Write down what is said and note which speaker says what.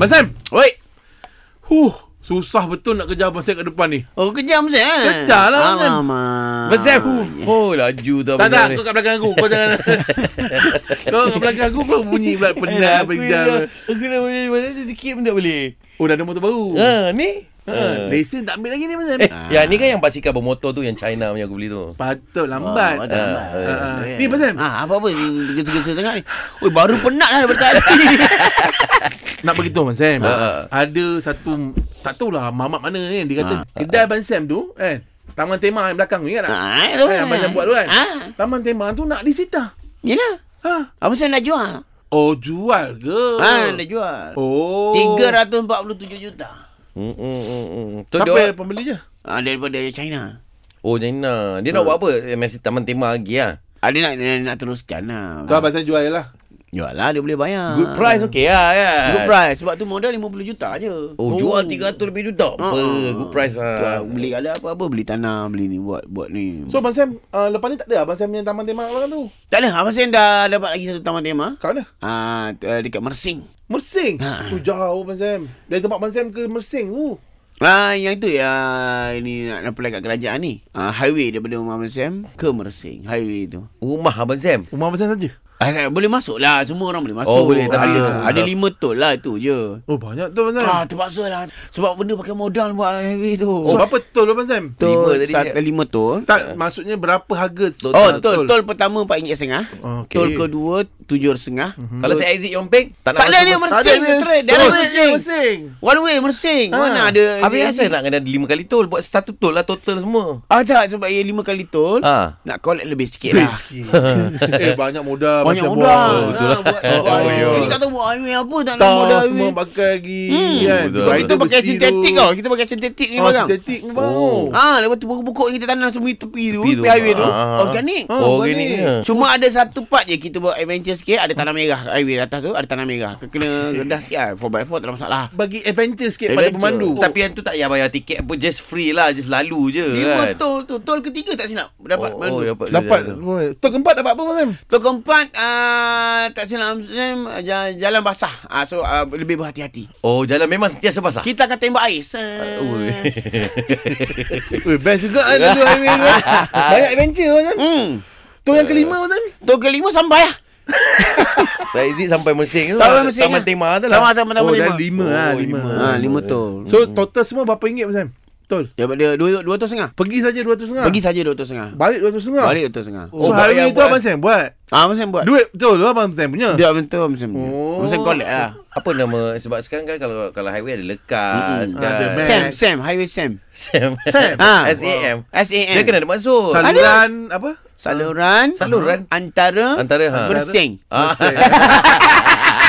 Speaker 1: Abang Sam. Oi. Huh, susah betul nak kejar Abang Sam kat depan ni.
Speaker 2: Oh kejar Abang Sam eh?
Speaker 1: Kejar lah, Abang Sam.
Speaker 2: Alamak
Speaker 3: Abang Sam hu. Oh laju tu
Speaker 1: Tak
Speaker 3: Abang
Speaker 1: tak,
Speaker 3: Sam ni. Eh,
Speaker 1: kau kat belakang aku. Kau jangan. kau kat belakang aku kau bunyi
Speaker 3: Eh,
Speaker 1: pula penat berjalan.
Speaker 3: Aku kena boleh Mana tu sikit pun tak boleh
Speaker 1: Oh, dah ada motor baru.
Speaker 3: Ha ni
Speaker 2: Eh.
Speaker 1: Ha,
Speaker 3: ha.
Speaker 1: lesen tak ambil lagi ni Abang Sam. Ha,
Speaker 2: Ah.
Speaker 3: Eh, yang ni kan yang basikal bermotor tu yang China punya aku beli tu.
Speaker 1: Patut lambat. Oh,
Speaker 2: Oh, tak
Speaker 3: Ah,
Speaker 2: lambat.
Speaker 3: ah,
Speaker 1: ah.
Speaker 2: Eh.
Speaker 1: Ni, Abang Sam.
Speaker 2: Ah, apa-apa ni tergesa-gesa sangat ni. Oi, baru penat lah daripada tadi.
Speaker 1: Nak beritahu Abang Sam.
Speaker 3: Ha, ha.
Speaker 1: Ada satu tak tahulah mamat mana kan dia kata
Speaker 3: Ha.
Speaker 1: kedai Abang Sam tu kan Taman tema yang belakang ni kan tak?
Speaker 2: Ah, tu.
Speaker 3: Eh,
Speaker 1: Kan Abang Sam buat tu kan
Speaker 3: Ha.
Speaker 2: Ah,
Speaker 1: Taman tema tu nak disita
Speaker 2: yelah.
Speaker 1: Ha
Speaker 2: Abang Sam nak jual.
Speaker 1: Oh jual ke
Speaker 2: Ah,
Speaker 3: Ha,
Speaker 2: nak jual.
Speaker 1: Oh
Speaker 2: 347 juta.
Speaker 3: Hmm hmm hmm. hmm. Tu
Speaker 1: Siapa
Speaker 3: dia.
Speaker 1: yang pembeli je
Speaker 2: Ah, daripada China.
Speaker 3: Oh China.
Speaker 2: Hmm.
Speaker 3: Dia nak buat apa? Eh, Masih taman tema lagi ah.
Speaker 2: Ah, dia nak, dia nak teruskan lah.
Speaker 1: Tu Abang Sam jual je lah
Speaker 2: Jual lah, dia boleh bayar.
Speaker 3: Good price okey lah kan.
Speaker 2: Good price. Sebab tu modal 50 juta je.
Speaker 3: Oh, jual 300 lebih juta. Apa? Good price
Speaker 2: Tu, ah,
Speaker 3: lah.
Speaker 2: beli ada apa-apa. Beli tanah, beli ni. Buat buat ni.
Speaker 1: So Abang Sam uh, Lepas ni tak ada Abang Sam punya taman tema kat belakang tu
Speaker 2: tak ada. Abang Sam dah dapat lagi satu taman tema.
Speaker 1: Kat mana
Speaker 2: Ah, tu, ah, dekat Mersing.
Speaker 1: Mersing
Speaker 2: Ha.
Speaker 1: Tu jauh Abang Sam Dari tempat Abang Sam ke Mersing Uh. tu
Speaker 2: Ah, yang tu ya ini nak nak pelak kat kerajaan ni. Ah, highway daripada Umar Abang Sam ke Mersing. Highway tu.
Speaker 3: Rumah Abang Sam.
Speaker 1: Rumah Abang Sam saja.
Speaker 2: Ah, tak, boleh masuk lah. Semua orang boleh masuk.
Speaker 3: Oh, boleh. Tapi-
Speaker 2: ada, ada lima tol lah tu je.
Speaker 1: Oh banyak tu Abang Sam
Speaker 2: Ah, terpaksa lah. Sebab benda pakai modal buat highway tu.
Speaker 1: Oh berapa tol Abang Sam
Speaker 2: tol,
Speaker 3: Lima
Speaker 2: lima
Speaker 3: tadi,
Speaker 2: tadi. Sat, lima tol.
Speaker 1: Tak maksudnya berapa harga Ah, tol
Speaker 2: Oh, tol, tol pertama RM4.5.
Speaker 1: Oh, okey.
Speaker 2: Okay. Tol kedua RM7.5.
Speaker 3: Kalau saya exit Yomping, tak
Speaker 2: Hmm.
Speaker 3: nak
Speaker 2: Tak ada
Speaker 3: masuk
Speaker 2: dia
Speaker 3: Mersing.
Speaker 1: Ada
Speaker 2: Mersing je terus. Dia ada
Speaker 1: Tol
Speaker 2: Mersing.
Speaker 1: Mersing
Speaker 2: One way Mersing.
Speaker 1: Ah.
Speaker 2: Mana ada
Speaker 3: Habis asal nak kena lima kali tol Buat satu tol lah total semua
Speaker 2: Ah tak sebab ia lima kali tol
Speaker 3: Ah.
Speaker 2: Nak collect lebih sikit lah
Speaker 1: Eh banyak modal
Speaker 2: Banyak
Speaker 1: macam
Speaker 2: modal.
Speaker 1: buat.
Speaker 2: Oh,
Speaker 3: betul lah.
Speaker 2: buat,
Speaker 3: Oh,
Speaker 2: buat,
Speaker 3: ya.
Speaker 2: Ini tak tahu buat highway apa tak nak
Speaker 1: Tah
Speaker 2: modal
Speaker 1: semua
Speaker 2: highway.
Speaker 1: pakai lagi kan
Speaker 3: Betul.
Speaker 1: Rider
Speaker 2: Kita pakai
Speaker 1: besi
Speaker 2: sintetik
Speaker 1: tu.
Speaker 2: tau. Kita pakai sintetik ni
Speaker 1: Ah,
Speaker 2: barang.
Speaker 1: sintetik ni barang
Speaker 3: Oh.
Speaker 2: Ah, lepas tu pokok-pokok yang kita tanam semua tepi tu,
Speaker 3: Tepi tu.
Speaker 2: tepi highway tu,
Speaker 3: Ah, ah, ah.
Speaker 2: organik.
Speaker 1: Ah,
Speaker 3: Oh,
Speaker 1: organik.
Speaker 3: organik ni
Speaker 2: Cuma ada satu part je kita buat adventure sikit, ada tanah merah highway atas tu, ada tanah merah. Kena rendah sikit lah. 4x4 tak ada masalah.
Speaker 1: Bagi adventure sikit pada
Speaker 2: Adventure.
Speaker 1: pemandu
Speaker 3: Tapi yang tu tak payah bayar tiket pun Just free lah Just lalu je
Speaker 2: Lima
Speaker 3: kan
Speaker 2: tol tu, tol ketiga tak silap dapat
Speaker 3: Oh,
Speaker 2: mana
Speaker 3: oh
Speaker 2: tu.
Speaker 3: dapat
Speaker 1: Dapat Tol keempat dapat apa Abang Sam
Speaker 2: Tol keempat ah, tak silap Sam, ja- jalan basah. Ah, so ah, lebih berhati-hati.
Speaker 3: Oh jalan memang sentiasa basah
Speaker 2: Kita akan tembak air.
Speaker 3: Ah, Ui.
Speaker 2: Uh,
Speaker 1: Eh, best juga kan dulu highway tu. Banyak adventure macam.
Speaker 2: hmm.
Speaker 1: Tu yang kelima macam.
Speaker 2: Tol kelima sampai lah.
Speaker 3: Tak exit sampai Mersing tu
Speaker 2: Sampai Mersing lah.
Speaker 3: Taman tema tu lah
Speaker 2: Lama sama
Speaker 1: Oh,
Speaker 2: lama
Speaker 1: dah
Speaker 2: lima.
Speaker 1: lima
Speaker 3: Oh,
Speaker 1: ah, lima.
Speaker 3: lima.
Speaker 2: Ha, lima tol.
Speaker 1: So total semua berapa ringgit macam? Tol.
Speaker 2: Daripada dua, dua tol setengah.
Speaker 1: Pergi saja
Speaker 3: Ah.
Speaker 1: 200
Speaker 2: Pergi saja dua tol setengah.
Speaker 1: Balik 200 setengah.
Speaker 2: Balik dua tol setengah.
Speaker 1: So
Speaker 3: Oh,
Speaker 1: highway
Speaker 3: bayar
Speaker 1: tu
Speaker 3: buat.
Speaker 1: abang Sam buat.
Speaker 2: Ah, macam buat.
Speaker 1: Duit tol tu abang Sam punya.
Speaker 2: Dia betul macam tu.
Speaker 1: Oh.
Speaker 2: Macam collect lah.
Speaker 3: Apa nama Sebab sekarang kan Kalau kalau highway ada lekas
Speaker 1: Mm-mm. Ada
Speaker 3: kan
Speaker 1: Mac.
Speaker 2: Ah, Sam, Sam, highway Sam.
Speaker 3: Sam
Speaker 1: Sam.
Speaker 2: Ah.
Speaker 3: SAM
Speaker 2: SAM.
Speaker 3: Dia kena ada masuk
Speaker 1: Saluran apa?
Speaker 2: saluran
Speaker 3: Saluran.
Speaker 2: antara
Speaker 3: Antara, ha.
Speaker 2: Bersing.
Speaker 3: Ah.
Speaker 1: Sam.